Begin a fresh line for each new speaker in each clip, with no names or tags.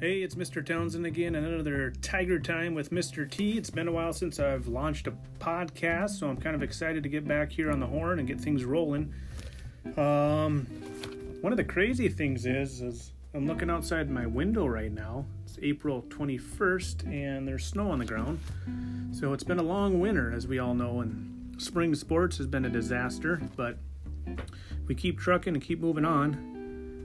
Hey, it's Mr. Townsend again, and another Tiger Time with Mr. T. It's been a while since I've launched a podcast, so I'm kind of excited to get back here on the horn and get things rolling. Um, one of the crazy things is, is I'm looking outside my window right now. It's April 21st, and there's snow on the ground. So it's been a long winter, as we all know, and spring sports has been a disaster, but we keep trucking and keep moving on.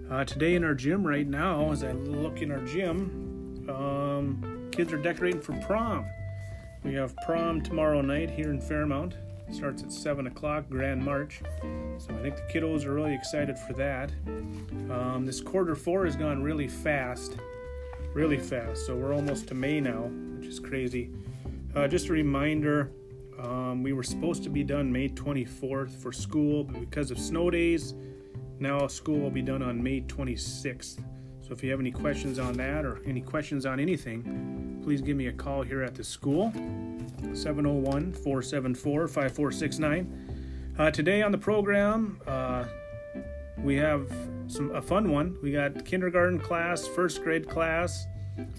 Uh, today in our gym right now, as I look in our gym, um, kids are decorating for prom. We have prom tomorrow night here in Fairmount. Starts at 7 o'clock, Grand March. So I think the kiddos are really excited for that. Um, this quarter four has gone really fast. Really fast. So we're almost to May now, which is crazy. Uh, just a reminder um, we were supposed to be done May 24th for school, but because of snow days, now school will be done on May 26th. So if you have any questions on that or any questions on anything, please give me a call here at the school 701 474 5469. Uh, Today on the program, uh, we have some a fun one. We got kindergarten class, first grade class,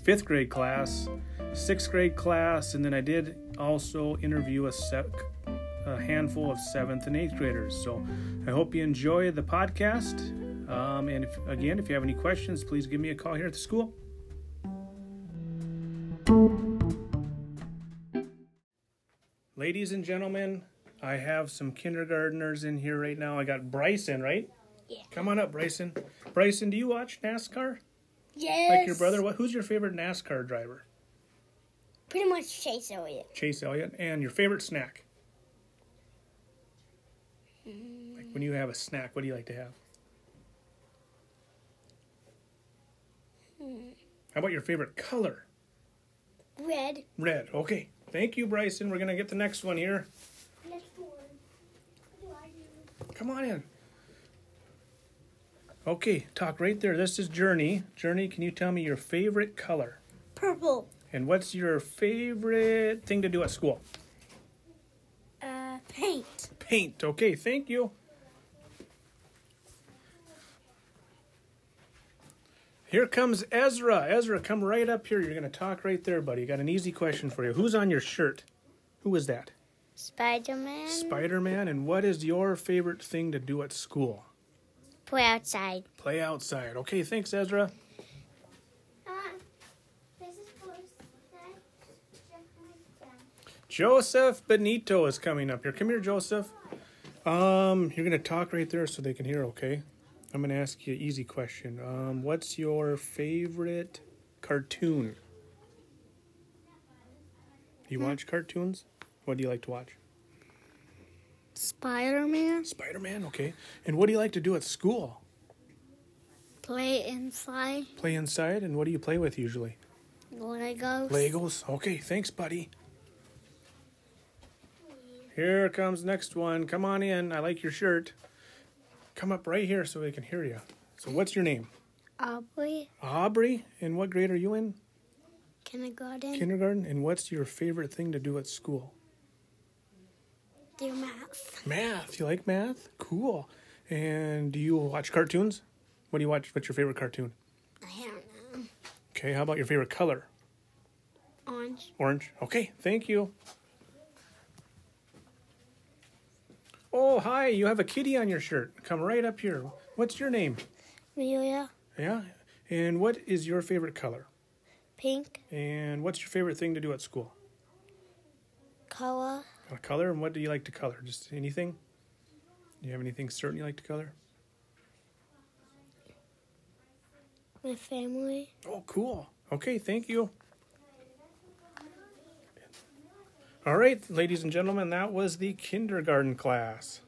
fifth grade class, sixth grade class, and then I did also interview a sec- a handful of seventh and eighth graders. So I hope you enjoy the podcast. Um, and if, again, if you have any questions, please give me a call here at the school. Ladies and gentlemen, I have some kindergarteners in here right now. I got Bryson, right?
Yeah.
Come on up, Bryson. Bryson, do you watch NASCAR?
Yes.
Like your brother? What? Who's your favorite NASCAR driver?
Pretty much Chase Elliott.
Chase Elliott, and your favorite snack. Like when you have a snack, what do you like to have? How about your favorite color?
Red.
Red. Okay. Thank you, Bryson. We're gonna get the next one here.
Next one. What do I do?
Come on in. Okay, talk right there. This is Journey. Journey, can you tell me your favorite color?
Purple.
And what's your favorite thing to do at school?
Uh, paint.
paint. Okay, thank you. Here comes Ezra. Ezra, come right up here. You're going to talk right there, buddy. Got an easy question for you. Who's on your shirt? Who is that?
Spider Man.
Spider Man. And what is your favorite thing to do at school?
Play outside.
Play outside. Okay, thanks, Ezra.
Ah,
Joseph Benito is coming up here. Come here, Joseph. Um, you're gonna talk right there so they can hear, okay? I'm gonna ask you an easy question. Um, what's your favorite cartoon? You watch cartoons? What do you like to watch?
Spider Man.
Spider Man, okay. And what do you like to do at school?
Play inside.
Play inside, and what do you play with usually?
Legos.
Legos. Okay, thanks, buddy. Here comes next one. Come on in. I like your shirt. Come up right here so they can hear you. So, what's your name?
Aubrey.
Aubrey. And what grade are you in?
Kindergarten.
Kindergarten. And what's your favorite thing to do at school?
do math.
Math. You like math? Cool. And do you watch cartoons? What do you watch? What's your favorite cartoon?
I don't know.
Okay, how about your favorite color?
Orange.
Orange. Okay, thank you. Oh, hi, you have a kitty on your shirt. Come right up here. What's your name?
Amelia.
Yeah. And what is your favorite color?
Pink.
And what's your favorite thing to do at school?
Color.
A color? And what do you like to color? Just anything? Do you have anything certain you like to color?
My family.
Oh, cool. Okay, thank you. All right, ladies and gentlemen, that was the kindergarten class.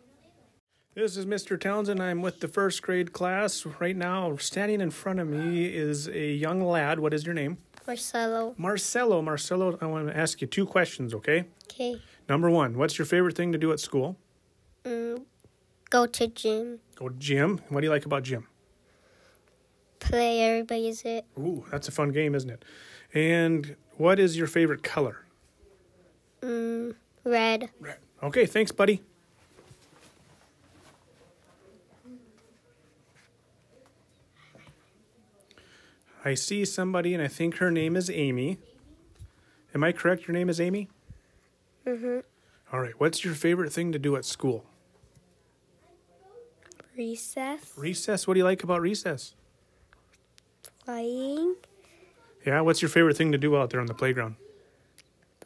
This is Mr. Townsend. I'm with the first grade class. Right now, standing in front of me is a young lad. What is your name?
Marcelo.
Marcelo. Marcelo, I want to ask you two questions, okay?
Okay.
Number one, what's your favorite thing to do at school?
Mm, go to gym.
Go to gym. What do you like about gym?
Play. Everybody's it.
Ooh, that's a fun game, isn't it? And what is your favorite color?
Mm, red.
Right. Okay, thanks, buddy. I see somebody, and I think her name is Amy. Am I correct? Your name is Amy?
Mm-hmm.
All right. What's your favorite thing to do at school?
Recess.
Recess. What do you like about recess?
Playing.
Yeah. What's your favorite thing to do out there on the playground?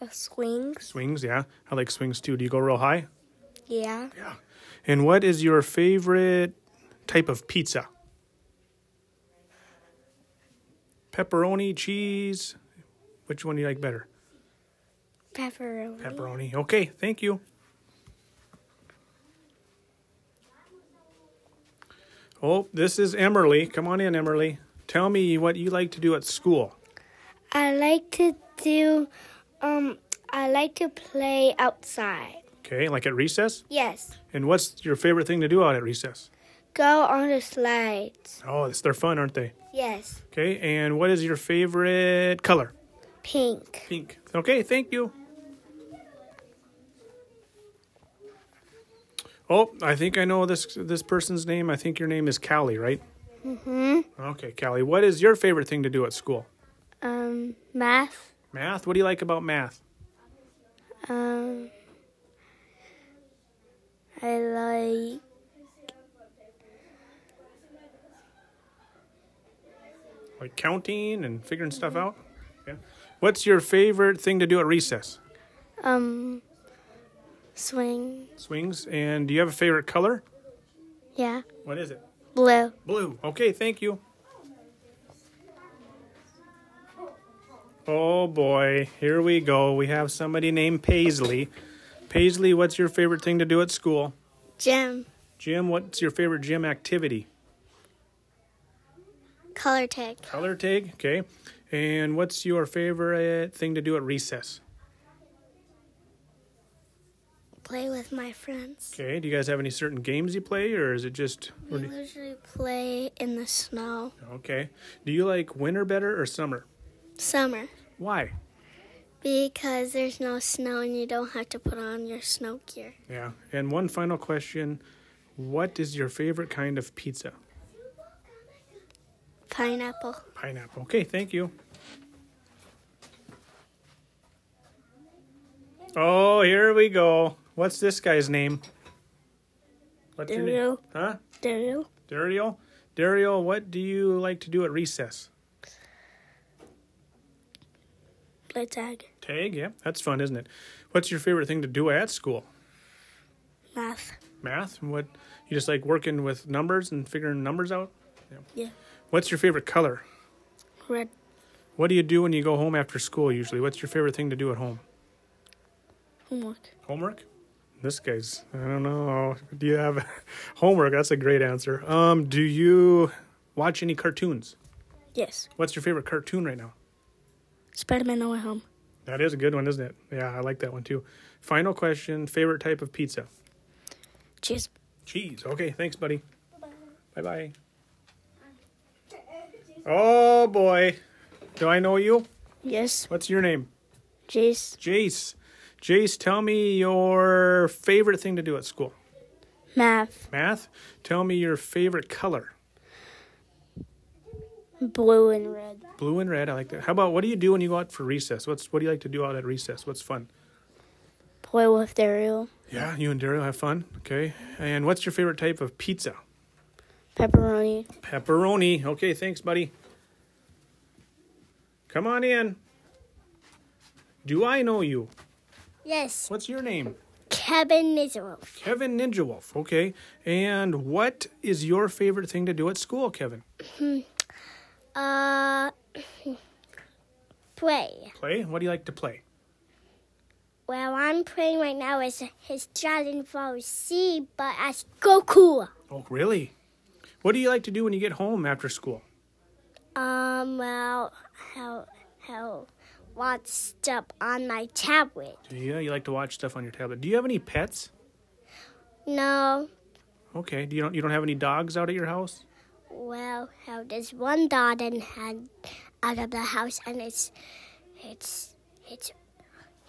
The swings.
Swings. Yeah. I like swings too. Do you go real high?
Yeah.
Yeah. And what is your favorite type of pizza? Pepperoni, cheese. Which one do you like better?
Pepperoni.
Pepperoni. Okay, thank you. Oh, this is Emerly. Come on in, Emerly. Tell me what you like to do at school.
I like to do. Um. I like to play outside.
Okay, like at recess?
Yes.
And what's your favorite thing to do out at recess?
Go on the slides.
Oh, it's, they're fun, aren't they?
Yes.
Okay, and what is your favorite color?
Pink.
Pink. Okay, thank you. Oh, I think I know this this person's name. I think your name is Callie, right?
Hmm.
Okay, Callie. What is your favorite thing to do at school?
Um. Math.
Math. What do you like about math?
Um. I like.
Like counting and figuring stuff out? Yeah. What's your favorite thing to do at recess?
Um, swing.
Swings. And do you have a favorite color?
Yeah,
What is it?
blue.
Blue. Okay, thank you. Oh boy, here we go. We have somebody named Paisley. Paisley, what's your favorite thing to do at school?
Gem.
Jim, what's your favorite gym activity?
Color tag.
Color tag, okay. And what's your favorite thing to do at recess?
Play with my friends.
Okay, do you guys have any certain games you play or is it just or
We
do-
usually play in the snow.
Okay. Do you like winter better or summer?
Summer.
Why?
Because there's no snow and you don't have to put on your snow gear.
Yeah. And one final question, what is your favorite kind of pizza?
Pineapple.
Pineapple. Okay, thank you. Oh, here we go. What's this guy's name? What's your name?
Dario.
Huh?
Doodle.
Dario? Dario, what do you like to do at recess?
Play tag.
Tag, yeah. That's fun, isn't it? What's your favorite thing to do at school?
Math.
Math? And what you just like working with numbers and figuring numbers out?
Yeah.
What's your favorite color?
Red.
What do you do when you go home after school usually? What's your favorite thing to do at home?
Homework.
Homework? This guy's I don't know. Do you have homework? That's a great answer. Um, do you watch any cartoons?
Yes.
What's your favorite cartoon right now?
Spider Man No Way Home.
That is a good one, isn't it? Yeah, I like that one too. Final question, favorite type of pizza?
Cheers.
Cheese. Okay, thanks, buddy. Bye bye. Oh boy. Do I know you?
Yes.
What's your name?
Cheers.
Jace. Jace, tell me your favorite thing to do at school.
Math.
Math? Tell me your favorite color.
Blue and red.
Blue and red, I like that. How about what do you do when you go out for recess? What's what do you like to do out at recess? What's fun?
Play with Daryl.
Yeah, you and Daryl have fun. Okay. And what's your favorite type of pizza?
Pepperoni.
Pepperoni. Okay, thanks, buddy. Come on in. Do I know you?
Yes.
What's your name?
Kevin Nizerov.
Kevin Ninja Wolf. Okay. And what is your favorite thing to do at school, Kevin?
Uh, play.
Play? What do you like to play?
Well, I'm playing right now is his Dragon Ball C, but as Goku.
Oh, really? What do you like to do when you get home after school?
Um, well, how how watch stuff on my tablet?
Yeah, you like to watch stuff on your tablet. Do you have any pets?
No.
Okay. Do you don't you don't have any dogs out at your house?
Well, how there's one dog and had out of the house, and it's it's it's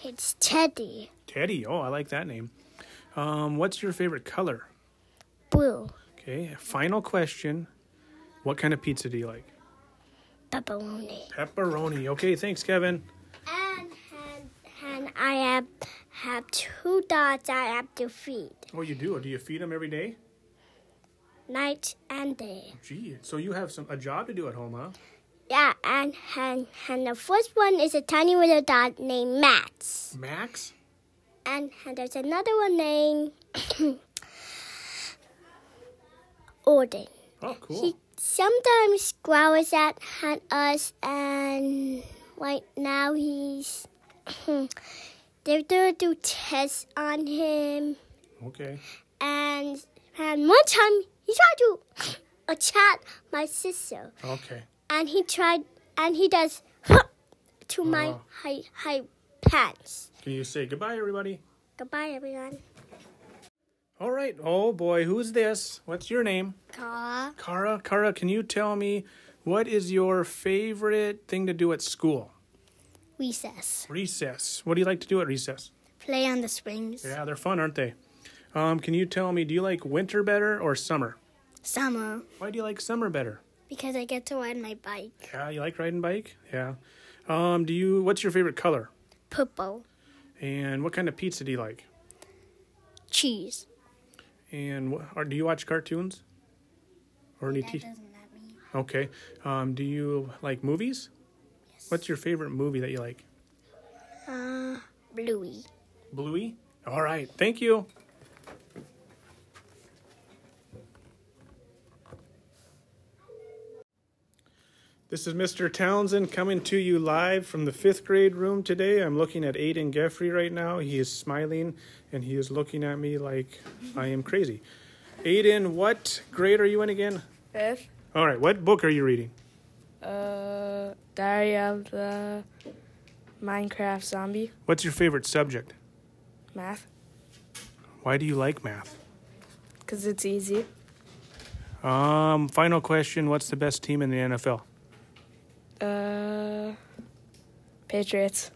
it's Teddy
Teddy. Oh, I like that name. Um, what's your favorite color?
Blue
Okay. Final question. What kind of pizza do you like?
pepperoni.
Pepperoni. Okay, thanks, Kevin.
And, and, and I have, have two dogs I have to feed,
Oh, you do. Do you feed them every day?
night and day.
Gee, so you have some a job to do at home, huh?
Yeah, and, and, and the first one is a tiny little dog named Max.
Max?
And, and there's another one named Odin.
Oh, cool.
He sometimes growls at at us, and right now he's they're gonna do tests on him,
okay.
and and one time he tried to attack my sister,
Okay.
and he tried and he does to my
Oh.
high high pants.
Can you say goodbye, everybody?
Goodbye, everyone.
All right. Oh boy, who's this? What's your name?
Car
Kara. Kara, can you tell me what is your favorite thing to do at school?
recess.
Recess. What do you like to do at recess?
Play on the swings.
Yeah, they're fun, aren't they? Um, can you tell me, do you like winter better or summer?
Summer
Why do you like summer better?
because I get to ride my bike.
Yeah, you like riding bike? Yeah. Um, do you what's your favorite color?
Purple
And what kind of pizza do you like?
cheese.
And wh- or do you watch cartoons? Or any t-
that mean?
Okay. Um, do you like movies? What's your favorite movie that you like?
Uh, Bluey.
Bluey? All right. Thank you. This is Mr. Townsend coming to you live from the fifth grade room today. I'm looking at Aiden Geoffrey right now. He is smiling and he is looking at me like I am crazy. Aiden, what grade are you in again?
Fifth,
All right. What book are you reading?
uh, Diary of the Minecraft Zombie,
What's your favorite subject?
math,
Why do you like math?
because it's easy.
Um, final question What's the best team in the NFL?
Uh, Patriots.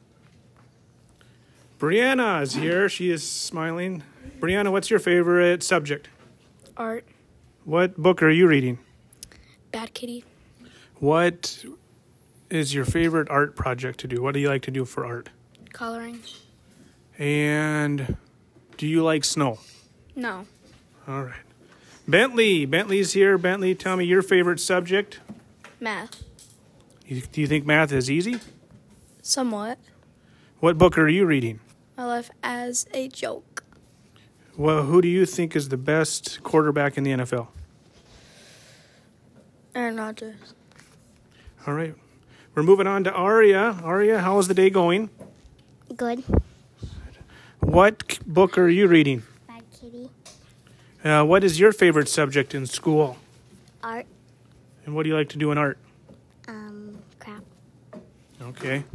Brianna is here. She is smiling. Brianna, what's your favorite subject?
Art.
What book are you reading?
Bad Kitty.
What is your favorite art project to do? What do you like to do for art?
Coloring.
And do you like snow?
No.
All right. Bentley, Bentley's here. Bentley, tell me your favorite subject.
Math.
You, do you think math is easy?
Somewhat.
What book are you reading?
My life as a joke.
Well, who do you think is the best quarterback in the NFL?
Aaron Rodgers.
All right. We're moving on to Aria. Aria, how is the day going?
Good.
What c- book are you reading?
Bad kitty.
Uh, what is your favorite subject in school?
Art.
And what do you like to do in art?
Um, crap.
Okay.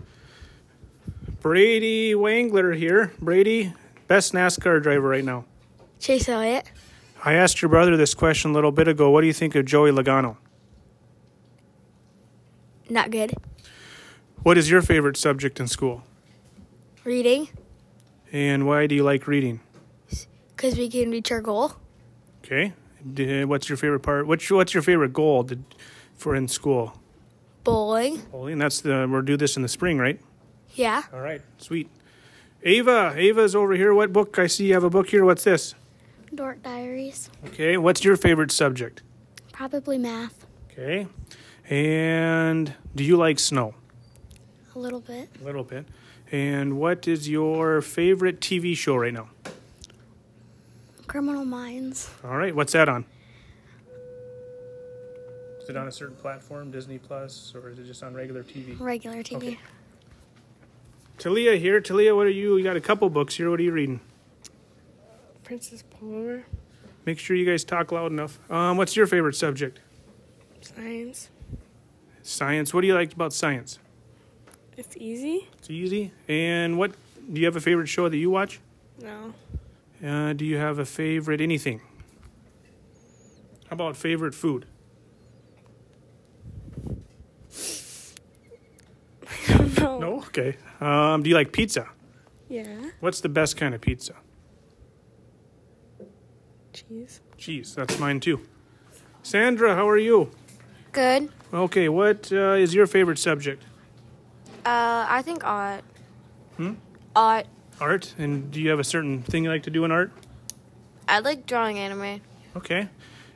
Brady Wangler here. Brady, best NASCAR driver right now.
Chase Elliott.
I asked your brother this question a little bit ago. What do you think of Joey Logano?
Not good.
What is your favorite subject in school?
Reading.
And why do you like reading?
Because we can reach our goal.
Okay. D- What's your favorite part? What's your, what's your favorite goal to, for in school?
Bowling.
Well, and that's the we'll do this in the spring, right?
Yeah.
All right, sweet. Ava, Ava's over here. What book? I see you have a book here. What's this?
Dork Diaries.
Okay, what's your favorite subject?
Probably math.
Okay. And do you like snow?
A little bit.
A little bit. And what is your favorite TV show right now?
Criminal Minds.
All right, what's that on? Is it on a certain platform, Disney Plus, or is it just on regular TV?
Regular TV.
Okay. Talia here. Talia, what are you? You got a couple books here. What are you reading?
Princess Palmer.
Make sure you guys talk loud enough. Um, what's your favorite subject?
Science.
Science. What do you like about science?
It's easy.
It's easy. And what do you have a favorite show that you watch?
No.
Uh, do you have a favorite anything? How about favorite food?
no.
No. Okay. Um, do you like pizza?
Yeah.
What's the best kind of pizza?
Cheese.
Cheese. That's mine too. Sandra, how are you?
Good.
Okay, what uh, is your favorite subject?
Uh, I think art. Hmm? Art.
Art. And do you have a certain thing you like to do in art?
I like drawing anime.
Okay.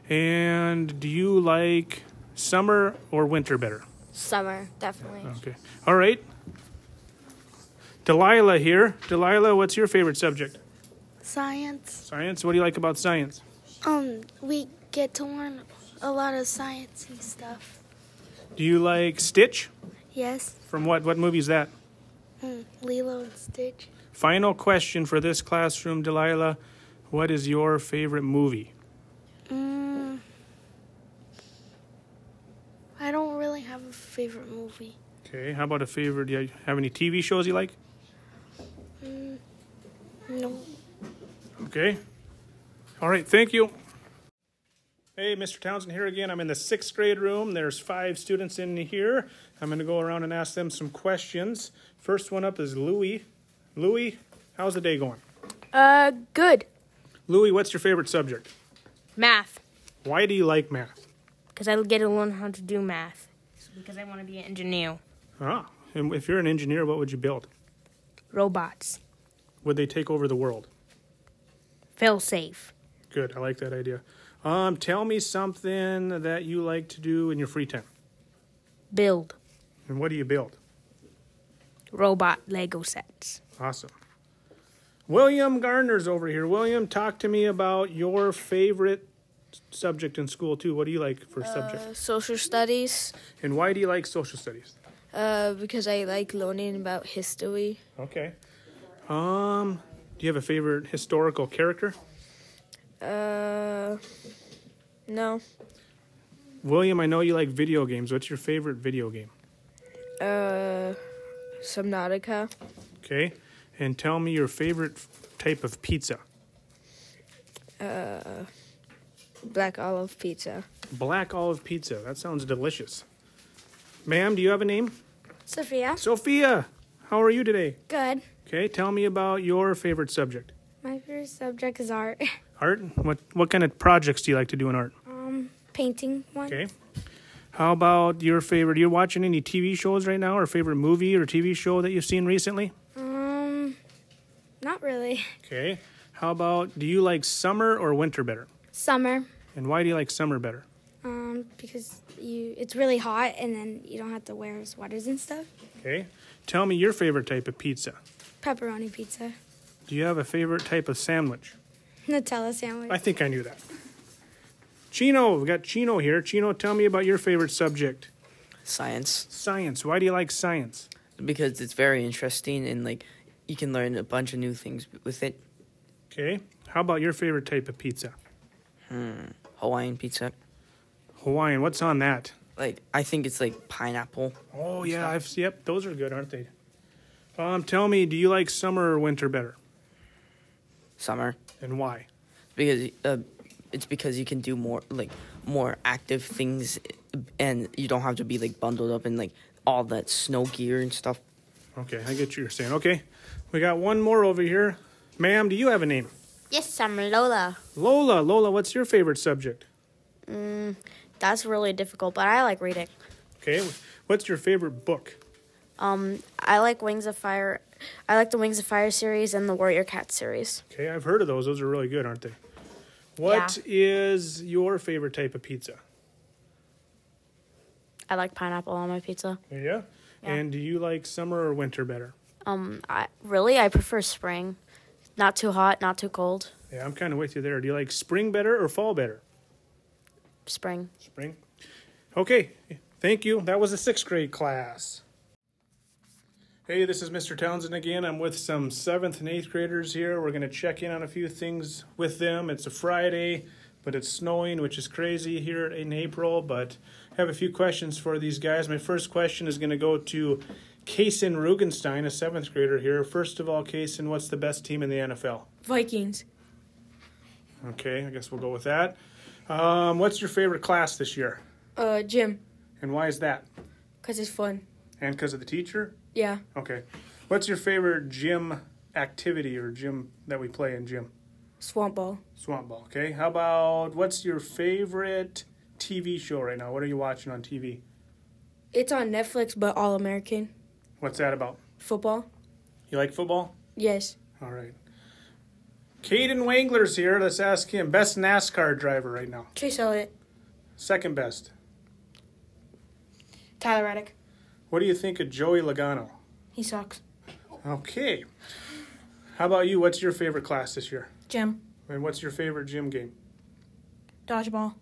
And do you like summer or winter better?
Summer, definitely.
Okay. All right. Delilah here. Delilah, what's your favorite subject?
Science.
Science. What do you like about science?
Um, we get to learn a lot of sciencey stuff.
Do you like Stitch?
Yes.
From what? What movie is that?
Mm, Lilo and Stitch.
Final question for this classroom, Delilah. What is your favorite movie?
Mm, I don't really have a favorite movie.
Okay. How about a favorite? Do you have any TV shows you like?
Mm, no.
Okay. All right. Thank you. Hey, Mr. Townsend here again. I'm in the sixth grade room. There's five students in here. I'm going to go around and ask them some questions. First one up is Louie. Louie, how's the day going?
Uh, good.
Louie, what's your favorite subject?
Math,
Why do you like math?
because I get to learn how to do math. It's because I want to be an engineer.
Ah, and if you're an engineer, what would you build?
Robots,
Would they take over the world?
fail safe.
Good. I like that idea. Um, tell me something that you like to do in your free time.
Build
And what do you build?
robot Lego sets.
Awesome. William Gardner's over here. William, talk to me about your favorite s- subject in school too. What do you like for subject?
Social studies.
And why do you like social studies?
Uh, because I like learning about history.
Okay. Um, do you have a favorite historical character?
Uh, no.
William, I know you like video games. What's your favorite video game?
Uh, Subnautica.
Okay. And tell me your favorite f- type of pizza.
Black olive pizza.
Black olive pizza. That sounds delicious. Ma'am, do you have a name?
Sophia.
Sophia. How are you today?
Good.
Okay, tell me about your favorite subject.
My favorite subject is art.
Art? What what kind of projects do you like to do in art?
Um, painting one.
Okay. How about your favorite? You watching any TV shows right now, or favorite movie or TV show that you've seen recently?
Um, not really.
Okay. How about do you like summer or winter better?
Summer.
And why do you like summer better?
Um, because you it's really hot and then you don't have to wear sweaters and stuff.
Okay. Tell me your favorite type of pizza.
Pepperoni pizza,
Do you have a favorite type of sandwich?
Nutella sandwich.
I think I knew that. Chino, we've got Chino here. Chino, tell me about your favorite subject.
science
Science. Why do you like science?
because it's very interesting and like you can learn a bunch of new things with it.
Okay. How about your favorite type of pizza?
Hawaiian pizza.
Hawaiian. What's on that?
Like I think it's like pineapple.
Oh yeah, I've yep, those are good, aren't they? Um, tell me, do you like summer or winter better,
Summer
and why?
because uh, it's because you can do more like more active things and you don't have to be like bundled up in like all that snow gear and stuff.
Okay, I get what you're saying. Okay, we got one more over here, ma'am. Do you have a name?
Yes, I'm Lola.
Lola. Lola, what's your favorite subject?
That's really difficult, but I like reading.
Okay, what's your favorite book?
Um, I like Wings of Fire. I like the Wings of Fire series and the Warrior Cat series.
Okay, I've heard of those. Those are really good, aren't they? What is your favorite type of pizza?
I like pineapple on my pizza.
Yeah. And do you like summer or winter better?
Um, I, really, I prefer spring. Not too hot, not too cold.
Yeah, I'm kind of with you there. Do you like spring better or fall better?
Spring.
Spring. Okay, thank you. That was a sixth grade class. Hey, this is Mr. Townsend again. I'm with some seventh and eighth graders here. We're going to check in on a few things with them. It's a Friday, but it's snowing, which is crazy here in April. But I have a few questions for these guys. My first question is going to go to Kason Rugenstein, a seventh grader here. First of all, Kason, what's the best team in the NFL?
Vikings.
Okay, I guess we'll go with that. Um, what's your favorite class this year?
Uh, gym.
And why is that?
Because it's fun.
And because of the teacher?
Yeah.
Okay. What's your favorite gym activity or gym that we play in gym?
Swamp ball.
Swamp ball, okay? How about what's your favorite TV show right now? What are you watching on TV?
It's on Netflix, but All American
What's that about?
football.
You like football?
Yes.
All right. Caden Wangler's here. Let's ask him. Best NASCAR driver right now.
Chase Elliott,
Second best.
Tyler Reddick.
What do you think of Joey Logano?
He sucks.
Okay. How about you? What's your favorite class this year?
Jim,
And what's your favorite gym game?
dodgeball.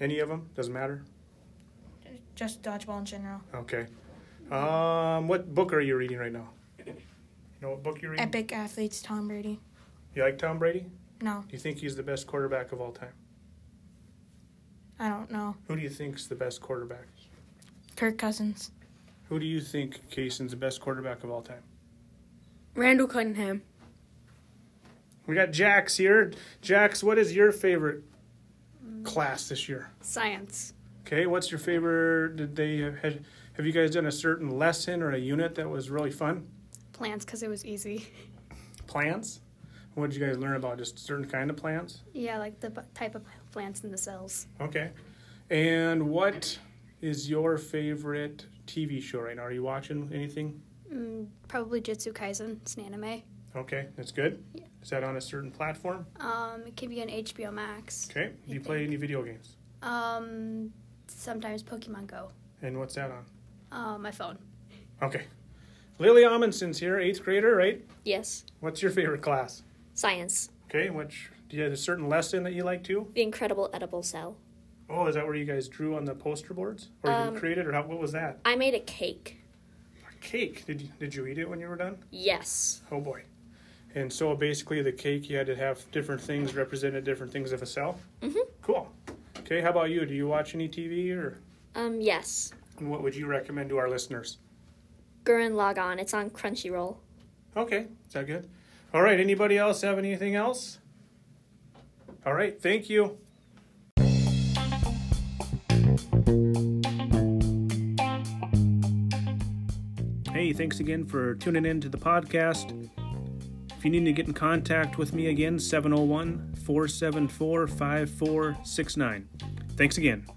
Any of them? Doesn't matter.
Just dodgeball in general.
Okay. Um, what book are you reading right now? You know what book you're reading?
Epic athletes, Tom Brady.
You like Tom Brady?
No,
Do you think he's the best quarterback of all time?
I don't know.
Who do you think's the best quarterback?
Kirk Cousins.
Who do you think Kaysen's the best quarterback of all time?
Randall Cunningham.
We got Jax here. Jax, what is your favorite class this year?
Science.
Okay, what's your favorite? Did they had, have you guys done a certain lesson or a unit that was really fun?
Plants, because it was easy.
Plants. What did you guys learn about? Just certain kind of plants.
Yeah, like the bu- type of plants in the cells.
Okay. And what is your favorite TV show right now? Are you watching anything?
Mm, probably Jitsu Kaisen. It's an anime.
Okay, that's good. Is that on a certain platform?
Um, it can be on HBO Max.
Okay. Do you play any video games?
Um, sometimes Pokemon Go.
And what's that on?
Uh, my phone.
Okay. Lily Amundsen's here, eighth grader, right?
Yes.
What's your favorite class?
Science.
Okay, which do you have a certain lesson that you like too?
The incredible edible cell.
Oh, is that where you guys drew on the poster boards, or
Um,
you created, or how, what was that?
I made a cake.
Cake. Did you, did you eat it when you were done?
Yes.
Oh boy. And so basically, the cake you had to have different things represented different things of a cell.
Mhm.
Cool. Okay, how about you? Do you watch any TV, or
Um, yes.
and what would you recommend to our listeners?
Gurren Lagann. It's on Crunchyroll.
Okay, is that good? All right. Anybody else have anything else? All right. Thank you. Hey, thanks again for tuning in to the podcast. If you need to get in contact with oh me again, 701 474 5469. Thanks again.